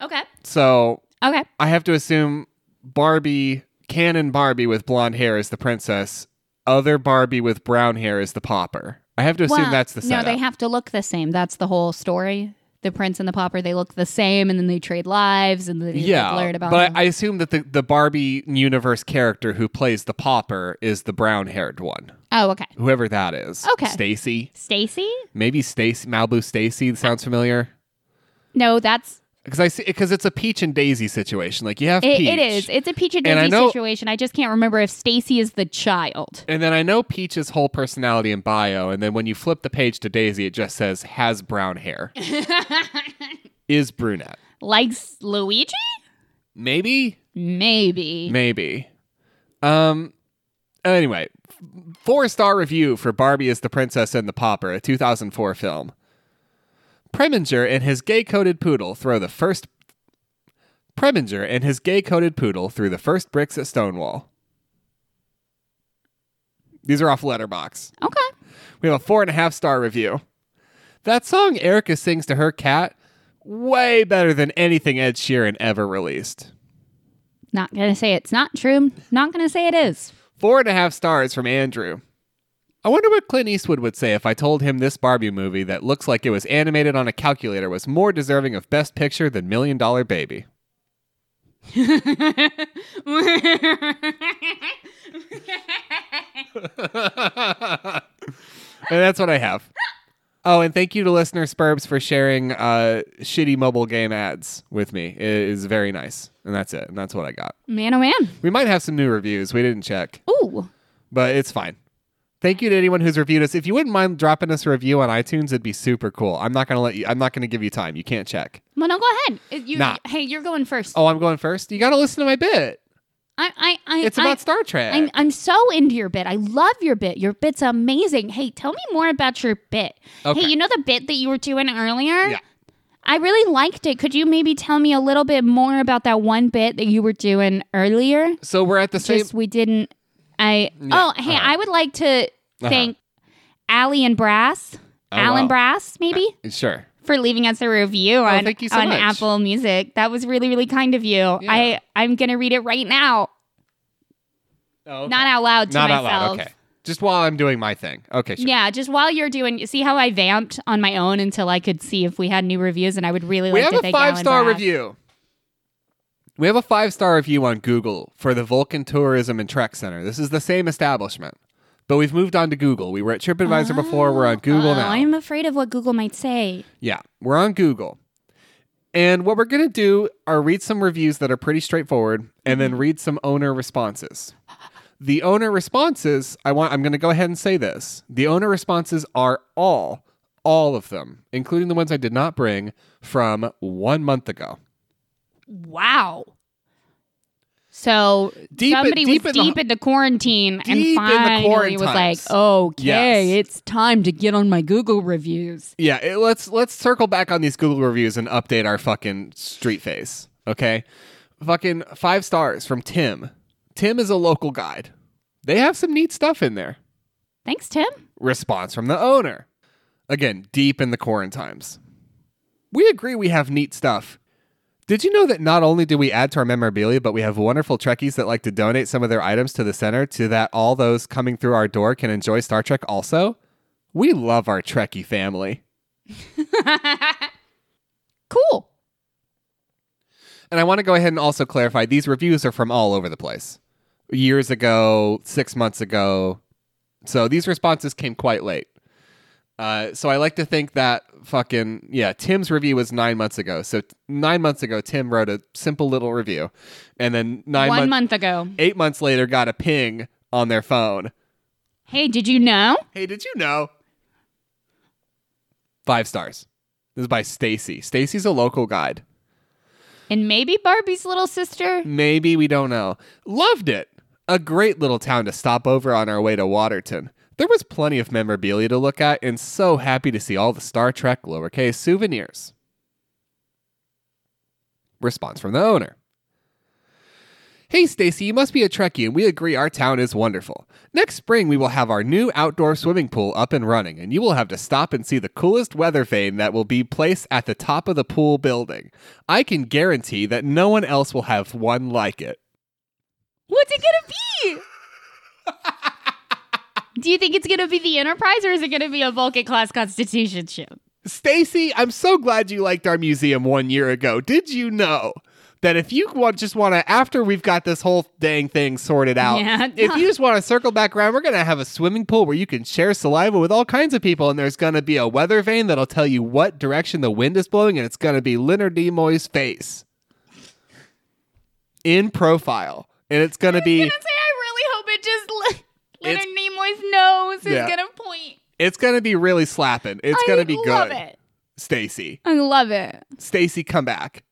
Okay. So Okay. I have to assume Barbie, canon Barbie with blonde hair is the princess. Other Barbie with brown hair is the pauper. I have to assume that's the no, setup. they have to look the same. That's the whole story. The prince and the pauper, they look the same, and then they trade lives, and then they yeah, learn about. but them. I, I assume that the, the Barbie universe character who plays the pauper is the brown haired one, oh, okay. whoever that is. Okay. Stacy, Stacy? maybe Stacy Malibu Stacy sounds familiar No, that's because I see because it's a peach and daisy situation. Like you have it, peach, it is. It's a peach and And I daisy know- situation. I just can't remember if Stacy is the child. And then I know Peach's whole personality and bio, and then when you flip the page to Daisy, it just says has brown hair, is brunette. Likes Luigi? Maybe, Maybe. maybe. Um. Anyway, four star review for Barbie is the Princess and the Pauper, a 2004 film. Preminger and his gay coded poodle throw the first. Preminger and his gay coded poodle threw the first bricks at Stonewall. These are off Letterbox. Okay. We have a four and a half star review. That song Erica sings to her cat, way better than anything Ed Sheeran ever released. Not gonna say it's not true. Not gonna say it <laughs> is. Four and a half stars from Andrew. I wonder what Clint Eastwood would say if I told him this Barbie movie that looks like it was animated on a calculator was more deserving of Best Picture than Million Dollar Baby. and that's what I have. Oh, and thank you to listener Spurbs for sharing uh, shitty mobile game ads with me. It is very nice. And that's it. And that's what I got. man, oh man. We might have some new reviews. We didn't check, Ooh. but it's fine. Thank you to anyone who's reviewed us. If you wouldn't mind dropping us a review on iTunes, it'd be super cool. I'm not gonna let you. I'm not gonna give you time. You can't check. Well, no, go ahead. It- You, Nah. Hey, you're going first. Oh, I'm going first. You gotta listen to my bit. I, I, I, It's I, about Star Trek. I'm, I'm so into your bit. I love your bit. Your bit's amazing. Hey, tell me more about your bit. Okay. Hey, you know the bit that you were doing earlier? Yeah. I really liked it. Could you maybe tell me a little bit more about that one bit that you were doing earlier? so we're at the same. Just we didn't. I Yeah, oh hey, uh-huh. I would like to thank Allie and Brass, Alan Oh, wow. Brass maybe Sure. for leaving us a review on, thank you so on much. Apple Music. That was really really kind of you. I I'm gonna read it right now, Oh, not out loud to Not out myself. loud. Okay. Just while I'm doing my thing. Okay. Sure. Yeah, just while you're doing, you see how I vamped on my own until I could see if we had new reviews, and I would really we like have to a thank five Alan star Brass. review. We have a five star review on Google for the Vulcan Tourism and Trek Center. This is the same establishment, but we've moved on to Google. We were at TripAdvisor before. We're on Google Oh, now. I'm afraid of what Google might say. Yeah, we're on Google. And what we're going to do are read some reviews that are pretty straightforward and then read some owner responses. The owner responses, I want I'm going to go ahead and say this. The owner responses are all all of them, including the ones I did not bring from 1 month ago. Wow. So Deep in- somebody deep was in the- deep in the quarantine Deep in and the finally was like, quarantines. "Okay, Yes. it's time to get on my Google reviews." Yeah, it, let's let's circle back on these Google reviews and update our fucking street face, okay? Fucking 5 stars from Tim. Tim is a local guide. They have some neat stuff in there. Thanks, Tim. response from the owner. Again, deep in the quarantines. We agree we have neat stuff. Did you know that not only do we add to our memorabilia, but we have wonderful Trekkies that like to donate some of their items to the center to that all those coming through our door can enjoy Star Trek also? We love our Trekkie family. <laughs> cool. And I want to go ahead and also clarify these reviews are from all over the place. Years ago, six months ago. So these responses came quite late. Uh, so I like to think that fucking, yeah, Tim's review was nine months ago. So t- nine months ago, Tim wrote a simple little review. And then nine One months, month ago. eight months later, got a ping on their phone. Hey, did you know? Hey, did you know? Five stars. This is by Stacy. Stacy's a local guide. And maybe Barbie's little sister. Maybe we don't know. Loved it. A great little town to stop over on our way to Waterton. There was plenty of memorabilia to look at, and so happy to see all the Star Trek lowercase souvenirs. Response from the owner. Hey Stacy, you must be a Trekkie, and we agree our town is wonderful. Next spring, we will have our new outdoor swimming pool up and running, and you will have to stop and see the coolest weather vane that will be placed at the top of the pool building. I can guarantee that no one else will have one like it. What's it <laughs> gonna be? Do you think it's gonna be the Enterprise or is it gonna be a Vulcan class Constitution ship? Stacy, I'm so glad you liked our museum one year ago. Did you know that if you want, just want to, after we've got this whole dang thing sorted out, Yeah. if you just want to circle back around, we're going to have a swimming pool where you can share saliva with all kinds of people, and there's going to be a weather vane that'll tell you what direction the wind is blowing, and it's going to be Leonard Nimoy's face in profile, and it's going to I was be gonna say I really hope it just Le- It's- Leonard Nimoy's nose is Yeah. gonna point. it's going to be really slapping. It's going I to be love good, it. Stacy. I love it. Stacy, come back.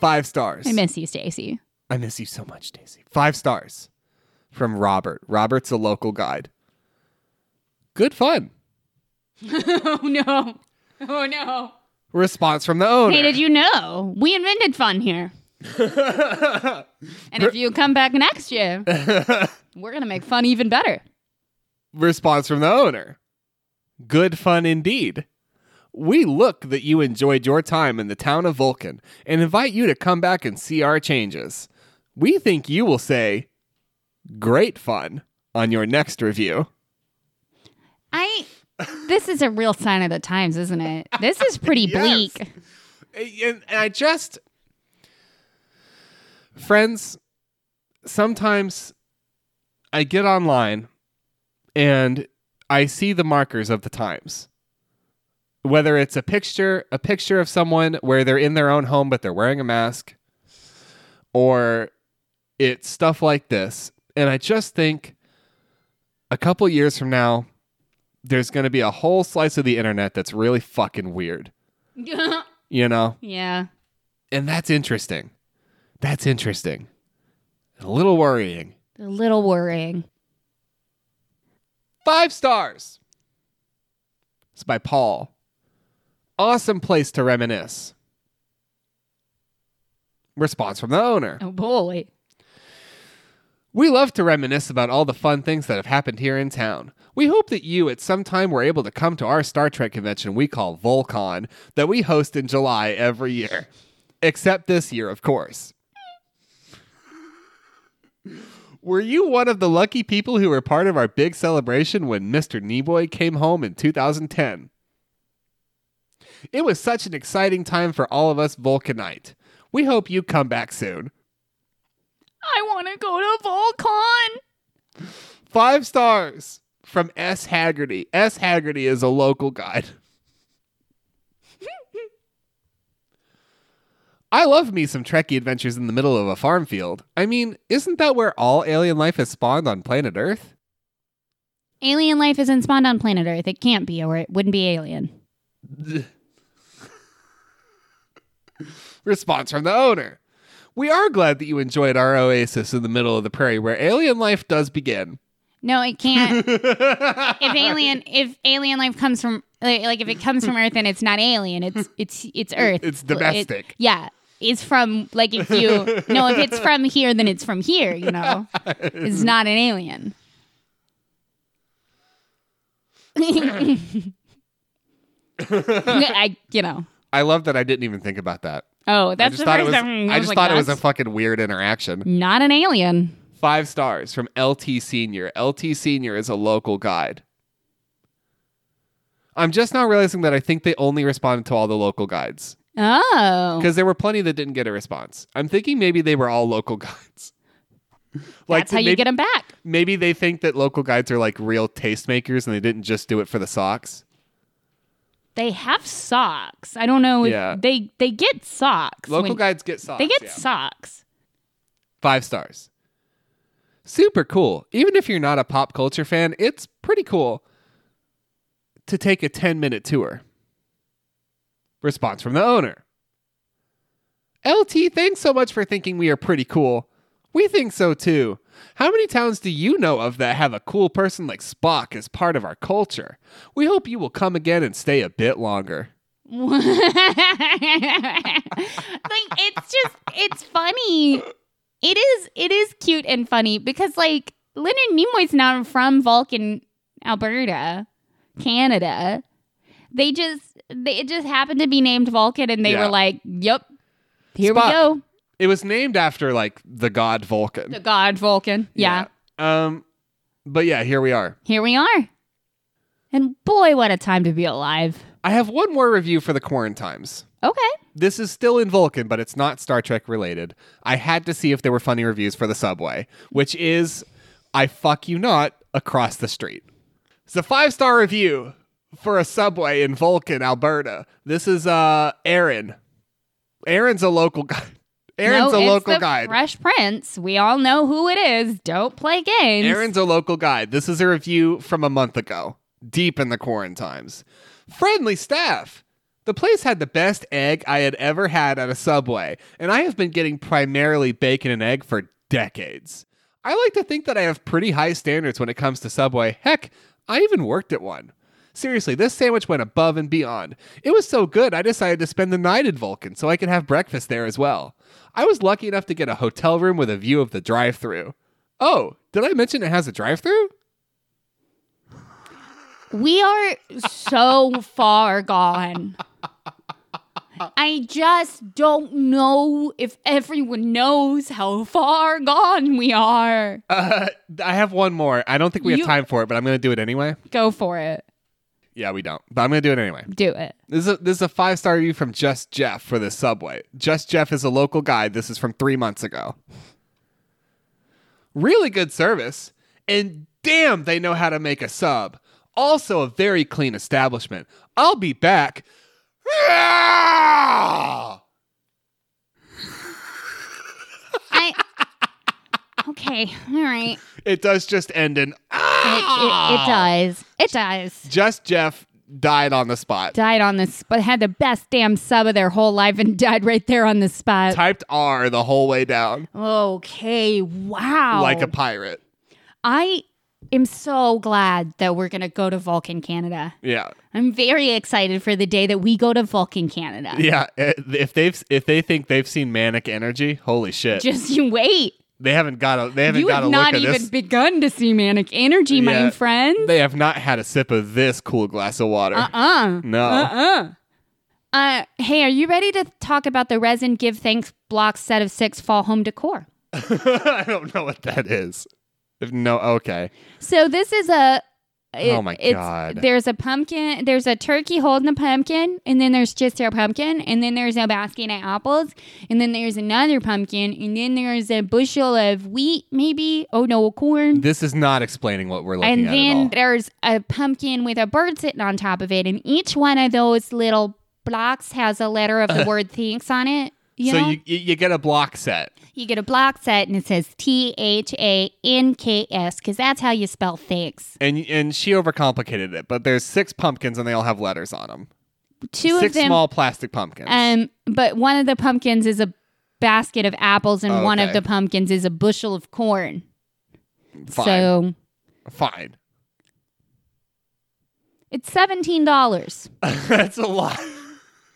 Five stars. I miss you, Stacy. I miss you so much, Stacy. Five stars from Robert. Robert's a local guide. Good fun. <laughs> oh no. Oh no. Response from the owner. Hey, did you know? We invented fun here. and if you come back next year, we're gonna make fun even better. <laughs> Response from the owner. Good fun indeed. We look that you enjoyed your time in the town of Vulcan and invite you to come back and see our changes. We think you will say great fun on your next review. <laughs> I this is a real sign of the times, isn't it? This is pretty <laughs> Yes. <laughs> bleak. and, and I just friends sometimes I get online and I see the markers of the times whether it's a picture a picture of someone where they're in their own home but they're wearing a mask or it's stuff like this and I just think a couple years from now there's going to be a whole slice of the internet that's really fucking weird you know yeah. and that's interesting. That's interesting. A little worrying. A little worrying. Five stars. It's by Paul. Awesome place to reminisce. Response from the owner. Oh boy. We love to reminisce about all the fun things that have happened here in town. We hope that you at some time were able to come to our Star Trek convention we call Volcon that we host in July every year. Except this year, of course. Were you one of the lucky people who were part of our big celebration when Mr. Neboy came home in 2010? It was such an exciting time for all of us Vulcanite. We hope you come back soon. I wanna go to Volcon. Five stars from S. Haggerty. S. Haggerty is a local guide. I love me some Trekkie adventures in the middle of a farm field. I mean, isn't that where all alien life is spawned on planet Earth? Alien life isn't spawned on planet Earth. It can't be, or it wouldn't be alien. Response from the owner. We are glad that you enjoyed our oasis in the middle of the prairie where alien life does begin. No, it <laughs> can't. if alien, if alien life comes from, like, like, if it comes from Earth and it's not alien, it's it's it's Earth. It's It- domestic. yeah, it's from like if you no, if it's from here, then it's from here. You <laughs> know, it's not an alien. <laughs> I, you know, I love that I didn't even think about that. Oh, I that's just the thought it first was. time. I just was like, thought it was a that's fucking weird interaction. not an alien. Five stars from LT Senior. LT Senior is a local guide. I'm just now realizing that I think they only responded to all the local guides Oh, because there were plenty that didn't get a response. I'm thinking maybe they were all local <laughs> guides. that's how you maybe, get them back. maybe they think that local guides are like real tastemakers and they didn't just do it for the socks. They have socks. I don't know if Yeah. they they get socks. Local when- guides get socks. They get yeah. socks. <laughs> Five stars. Super cool. Even if you're not a pop culture fan, it's pretty cool to take a 10 minute tour. Response from the owner LT, thanks so much for thinking we are pretty cool. We think so too. How many towns do you know of that have a cool person like Spock as part of our culture? We hope you will come again and stay a bit longer. like it's just it's funny. It is it is cute and funny because like Leonard Nimoy's not from Vulcan, Alberta, Canada. They just they it just happened to be named Vulcan and they Yeah. were like, "Yep. Here Spock. we go. It was named after like the god Vulcan. The god Vulcan." yeah. Yeah. Um but yeah, here we are. Here we are. And boy, what a time to be alive. I have one more review for the Quarantimes. Okay. This is still in Vulcan, but it's not Star Trek related. I had to see if there were funny reviews for the subway, which is I fuck you not across the street. It's a five star review for a subway in Vulcan, Alberta. This is uh Aaron. Aaron's a local guy. <laughs> Aaron's No, a it's local the guide. Fresh Prince. We all know who it is. Don't play games. Aaron's a local guide. This is a review from a month ago, deep in the quarantines. Friendly staff. The place had the best egg I had ever had at a Subway, and I have been getting primarily bacon and egg for decades. I like to think that I have pretty high standards when it comes to Subway. Heck, I even worked at one. Seriously, this sandwich went above and beyond. It was so good, I decided to spend the night at Vulcan so I could have breakfast there as well. I was lucky enough to get a hotel room with a view of the drive through. Oh, did I mention it has a drive through? we are <laughs> so far gone. I just don't know if everyone knows how far gone we are. Uh, <laughs> I have one more. I don't think we have You- time for it, but I'm going to do it anyway. Go for it. Yeah, we don't, but I'm going to do it anyway. Do it. This is a, this is a five star review from Just Jeff for the subway. Just Jeff is a local guide. This is from three months ago. Really good service, and damn, they know how to make a sub. Also, a very clean establishment. I'll be back. <laughs> I. Okay. All right. It does just end in. "Ah!" It, it, it does. It does. Just Jeff died on the spot. died on this, but had the best damn sub of their whole life and <laughs> died right there on the spot. Typed R the whole way down okay, wow. like a pirate. I am so glad that we're gonna go to Vulcan, Canada. Yeah, I'm very excited for the day that we go to Vulcan, Canada. yeah. eh, If they've if they think they've seen manic energy, holy shit, Just you wait. they haven't got a they haven't you got a have look not at even this. begun to see manic energy, Yeah. my friend. They have not had a sip of this cool glass of water. Uh. No, Uh. Uh. Hey, are you ready to talk about the resin give thanks block set of six fall home decor? <laughs> I don't know what that is. If no, okay. So this is a. Oh it- my it's- God. There's a pumpkin. There's a turkey holding a pumpkin, and then there's just a pumpkin, and then there's a basket of apples, and then there's another pumpkin, and then there's a bushel of wheat, maybe. Oh no, corn. This is not explaining what we're looking and at then at there's a pumpkin with a bird sitting on top of it, and each one of those little blocks has a letter <laughs> of the word thanks on it. all. You so know? you you you get a block set. You get a block set and it says T H A N K S because that's how you spell thanks. And, and she overcomplicated it, but there's six pumpkins and they all have letters on them. Two six of them small plastic pumpkins. Um, but one of the pumpkins is a basket of apples, and one of Oh, Okay. the pumpkins is a bushel of corn. Fine. So Fine. <laughs> it's seventeen dollars. That's a lot. <laughs>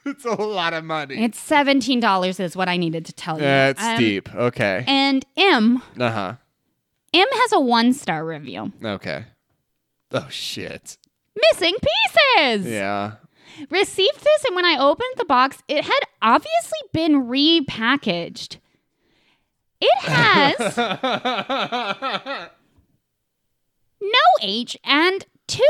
It's a lot of money. It's seventeen dollars is what I needed to tell you. That's Um, deep. Okay. And M Uh huh. M has a one star review. Okay. Oh shit. Missing pieces. Yeah. received this, and when I opened the box, it had obviously been repackaged. <laughs> It has no H and two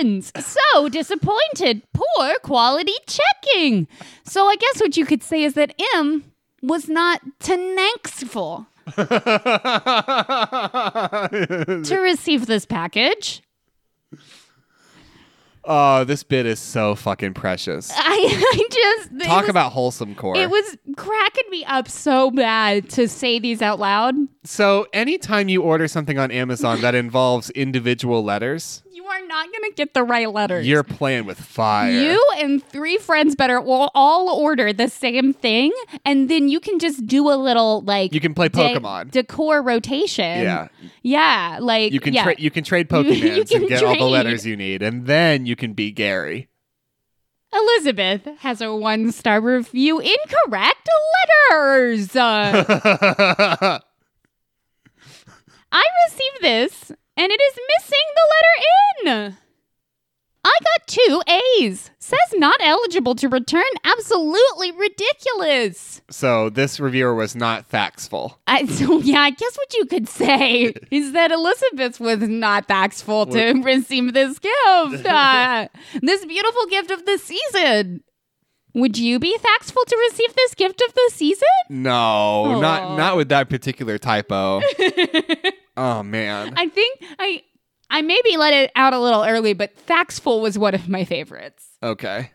ins. So disappointed. Poor quality checking. So I guess what you could say is that M was not tenanxful to receive this package. oh, this bit is so fucking precious. I, <laughs> I just Uh, it Talk was- about wholesome core. it was cracking me up so bad to say these out loud. so, anytime you order something on Amazon that involves individual letters, You are not gonna get the right letters. you're playing with fire. You and three friends better will all order the same thing, and then you can just do a little like You can play de- Pokemon. decor rotation. Yeah. yeah, like You can yeah. tra- you can trade <laughs> Pokemons You can and get all the trade. letters you need, and then you can be <laughs> Gary. <laughs> Elizabeth has a one-star review. Incorrect letters. <laughs> Uh, oh, I received this, and it is missing the letter N. I got two A's. Says not eligible to return. Absolutely ridiculous. so this reviewer was not factsful. I, <laughs> so yeah, I guess what you could say is that Elizabeth was not thankful to receive this gift, uh, this beautiful gift of the season. Would you be thankful to receive this gift of the season? No, Aw. not not with that <laughs> particular typo. oh man. I think I, I maybe let it out a little early, but thankful was one of my favorites. <laughs> Okay.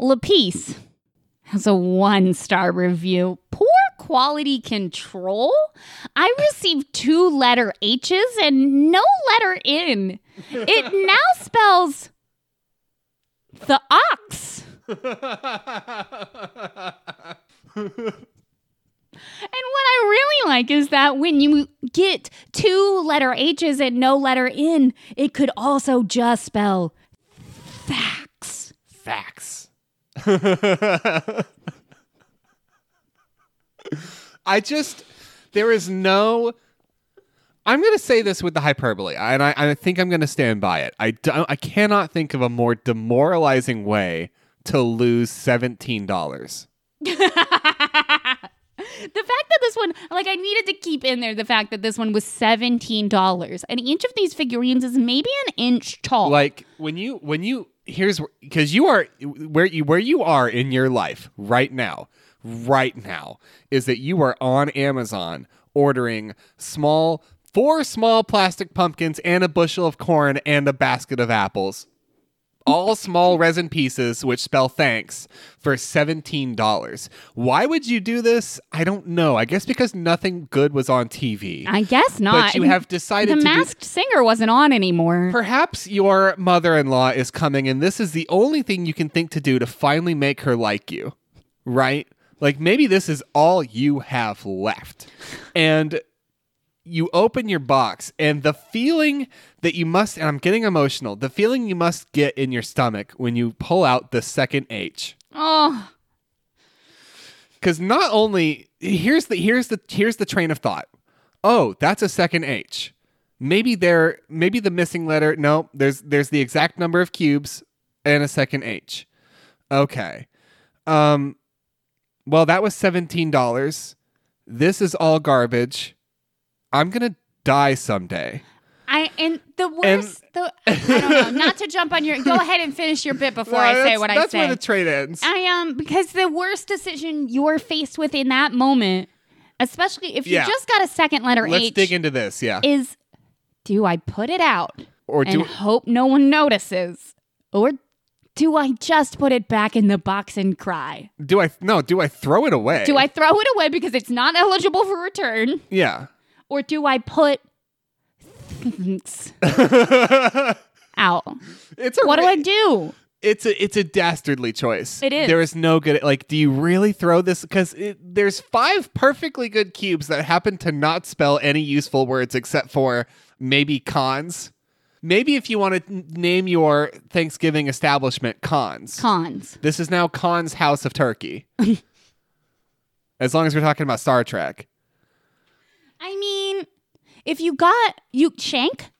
Lapice has a one star review. Poor quality control. I received two letter H's and no letter N. It now spells the ox. And what I really like is that when you get two letter H's and no letter N, it could also just spell facts. Facts. I just there is no I'm going to say this with the hyperbole, and I, I think I'm going to stand by it. I, don't, I cannot think of a more demoralizing way to lose $17. The fact that this one, like, I needed to keep in there the fact that this one was $17. And each of these figurines is maybe an inch tall. like when you when you here's because you are where you where you are in your life right now right now is that you are on amazon ordering small four small plastic pumpkins and a bushel of corn and a basket of apples all small resin pieces which spell thanks for $17 why would you do this i don't know i guess because nothing good was on tv I guess not. but you have decided the to do masked singer wasn't on anymore. Perhaps your mother in law is coming, and this is the only thing you can think to do to finally make her like you, right? Like maybe this is all you have left. And you open your box, and the feeling that you must, and I'm getting emotional, the feeling you must get in your stomach when you pull out the second H. oh, Because not only here's the here's the here's the train of thought. Oh, that's a second H. Maybe there maybe the missing letter. No, there's there's the exact number of cubes and a second H. Okay. Um. Well, that was seventeen dollars. This is all garbage. I'm gonna die someday. I, and the worst, the, I don't <laughs> know, not to jump on your, go ahead and finish your bit before I say that's- what I That's say. where the trade ends. I am because the worst decision you're faced with in that moment, especially if you Yeah. just got a second letter Let's H, dig into this. Yeah. is do I put it out? or and do hope no one notices? Or do I just put it back in the box and cry? do I no? Do I throw it away? Do I throw it away because it's not eligible for return? Yeah. Or do I put <laughs> thanks out? it's a What do ra- I do? it's a it's a dastardly choice. It is. There is no good. Like, do you really throw this? Because there's five perfectly good cubes that happen to not spell any useful words except for maybe cons. Maybe if you want to name your Thanksgiving establishment cons. Cons. This is now Khan's House <laughs> of Turkey. as long as we're talking about Star Trek. I mean, If you got you shank,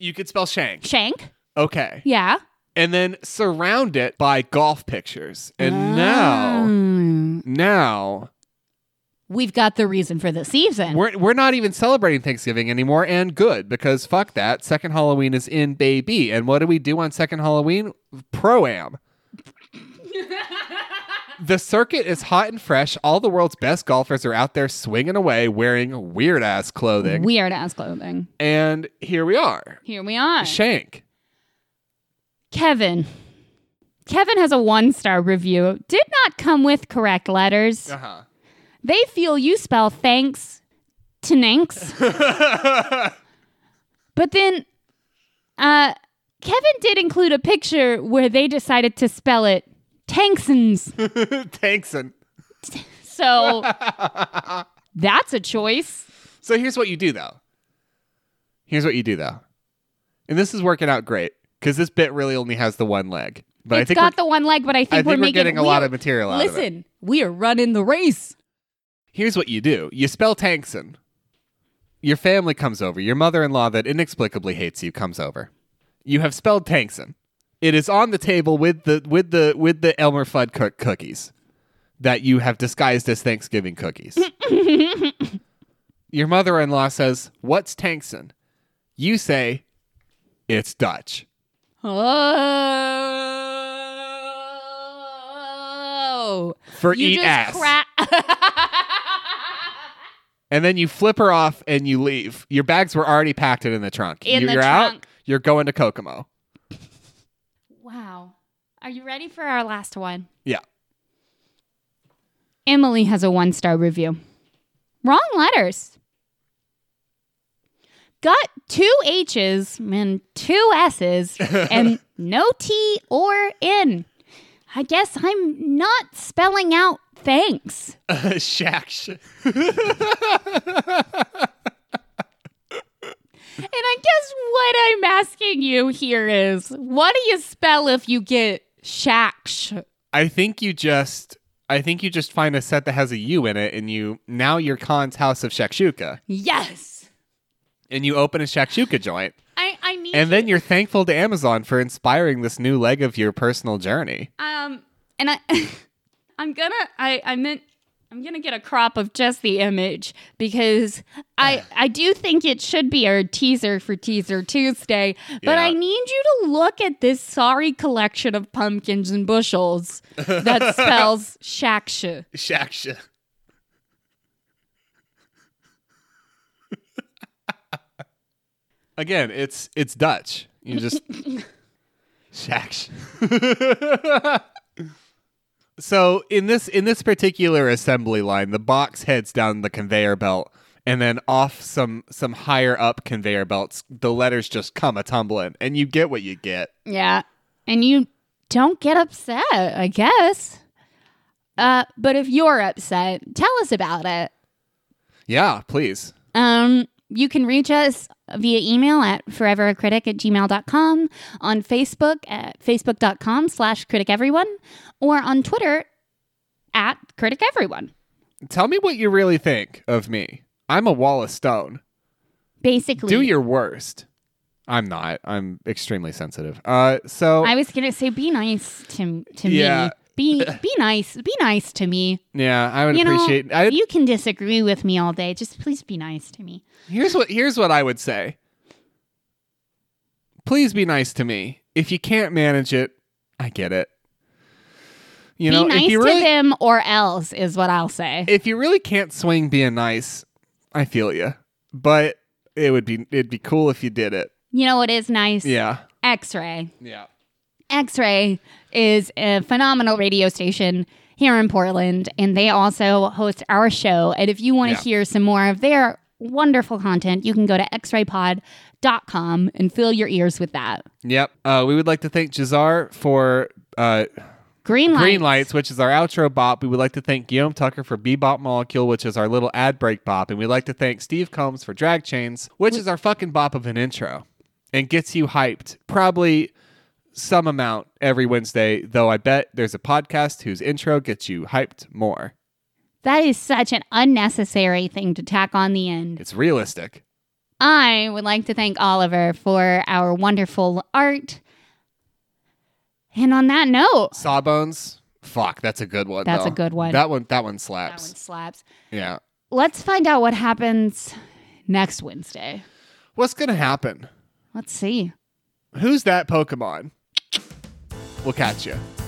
You could spell shank. shank, Okay. yeah. And then surround it by golf pictures. And now, Mm. now we've got the reason for the season. we're we're not even celebrating Thanksgiving anymore and good because fuck that. Second Halloween is in baby. And what do we do on second Halloween? <laughs> Pro am. the circuit is hot and fresh. All the world's best golfers are out there swinging away wearing weird ass clothing. Weird ass clothing. and here we are. Here we are. Shank. Kevin. Kevin has a one star review. Did not come with correct letters. Uh-huh. They feel you spell thanks to <laughs> nanks. but then uh, Kevin did include a picture where they decided to spell it Tanksons. <laughs> Thanks and <laughs> So that's a choice. So here's what you do though. Here's what you do though. And this is working out great because this bit really only has the one leg. But I It's think got we're, the one leg, but I think, I think we're, we're, making getting a we lot are- of material out of it. Listen, we are running the race. Here's what you do. You spell Tankson. Your family comes over. Your mother-in-law that inexplicably hates you comes over. You have spelled Tankson. It is on the table with the with the with the Elmer Fudd cook cookies that you have disguised as Thanksgiving cookies. Your mother-in-law says, "What's Tankson?" You say, "It's Dutch." Oh. For E you eat just ass. cra- And then you flip her off and you leave. Your bags were already packed and in the trunk. In you, the you're trunk. out. You're going to Kokomo. <laughs> wow. Are you ready for our last one? Yeah. <laughs> Emily has a one star review. Wrong letters. Got two H's and two <laughs> S's and no T or N. I guess I'm not spelling out thanks. Shaq. And I guess what I'm asking you here is what do you spell if you get shaksh? I think you just I think you just find a set that has a U in it and you now you're Khan's house of shakshuka Yes. and you open a shakshuka <laughs> joint I, I need and then you're thankful to Amazon for inspiring this new leg of your personal journey. Um, and I, <laughs> I'm gonna, I, I meant, I'm gonna get a crop of just the image because <sighs> I, I do think it should be our teaser for Teaser Tuesday. But Yeah. I need you to look at this sorry collection of pumpkins and bushels <laughs> that spells shaksha. Shaksha. Again, it's it's Dutch. You just Shaksh. <laughs> so in this in this particular assembly line, the box heads down the conveyor belt, and then off some some higher up conveyor belts, the letters just come a tumbling, and you get what you get. Yeah, and you don't get upset, I guess. Uh, but if you're upset, tell us about it. Yeah, please. Um, you can reach us via email at foreveracritic at gmail.com, on Facebook at facebook.com slash critic everyone, or on Twitter at critic everyone. Tell me what you really think of me. I'm a wall of stone. Basically, Do your worst. I'm not. I'm extremely sensitive. Uh, so I was gonna say be nice to to Yeah. me. Be be nice. Be nice to me. yeah, I would you know, appreciate. I, you can disagree with me all day. Just please be nice to me. here's what here's what I would say. Please be nice to me. If you can't manage it, I get it. You be know, nice if you to really them or else is what I'll say. if you really can't swing being nice, I feel you. But it would be it'd be cool if you did it. you know what is nice? Yeah. X-ray. Yeah. X Ray is a phenomenal radio station here in Portland, and they also host our show. And if you want to Yeah. hear some more of their wonderful content, you can go to xraypod.com and fill your ears with that. Yep. Uh, we would like to thank Jazar for uh, Green light. Green Lights, which is our outro bop. We would like to thank Guillaume Tucker for Bebop Molecule, which is our little ad break bop. And we'd like to thank Steve Combs for Drag Chains, which is our fucking bop of an intro and gets you hyped probably some amount every Wednesday, though I bet there's a podcast whose intro gets you hyped more. That is such an unnecessary thing to tack on the end. It's realistic. I would like to thank Oliver for our wonderful art. And on that note, Sawbones. Fuck, that's a good one. That's though. a good one. That one. That one that one slaps. slaps. Yeah. Let's find out what happens next Wednesday. What's gonna happen? Let's see. Who's that Pokemon? We'll catch you.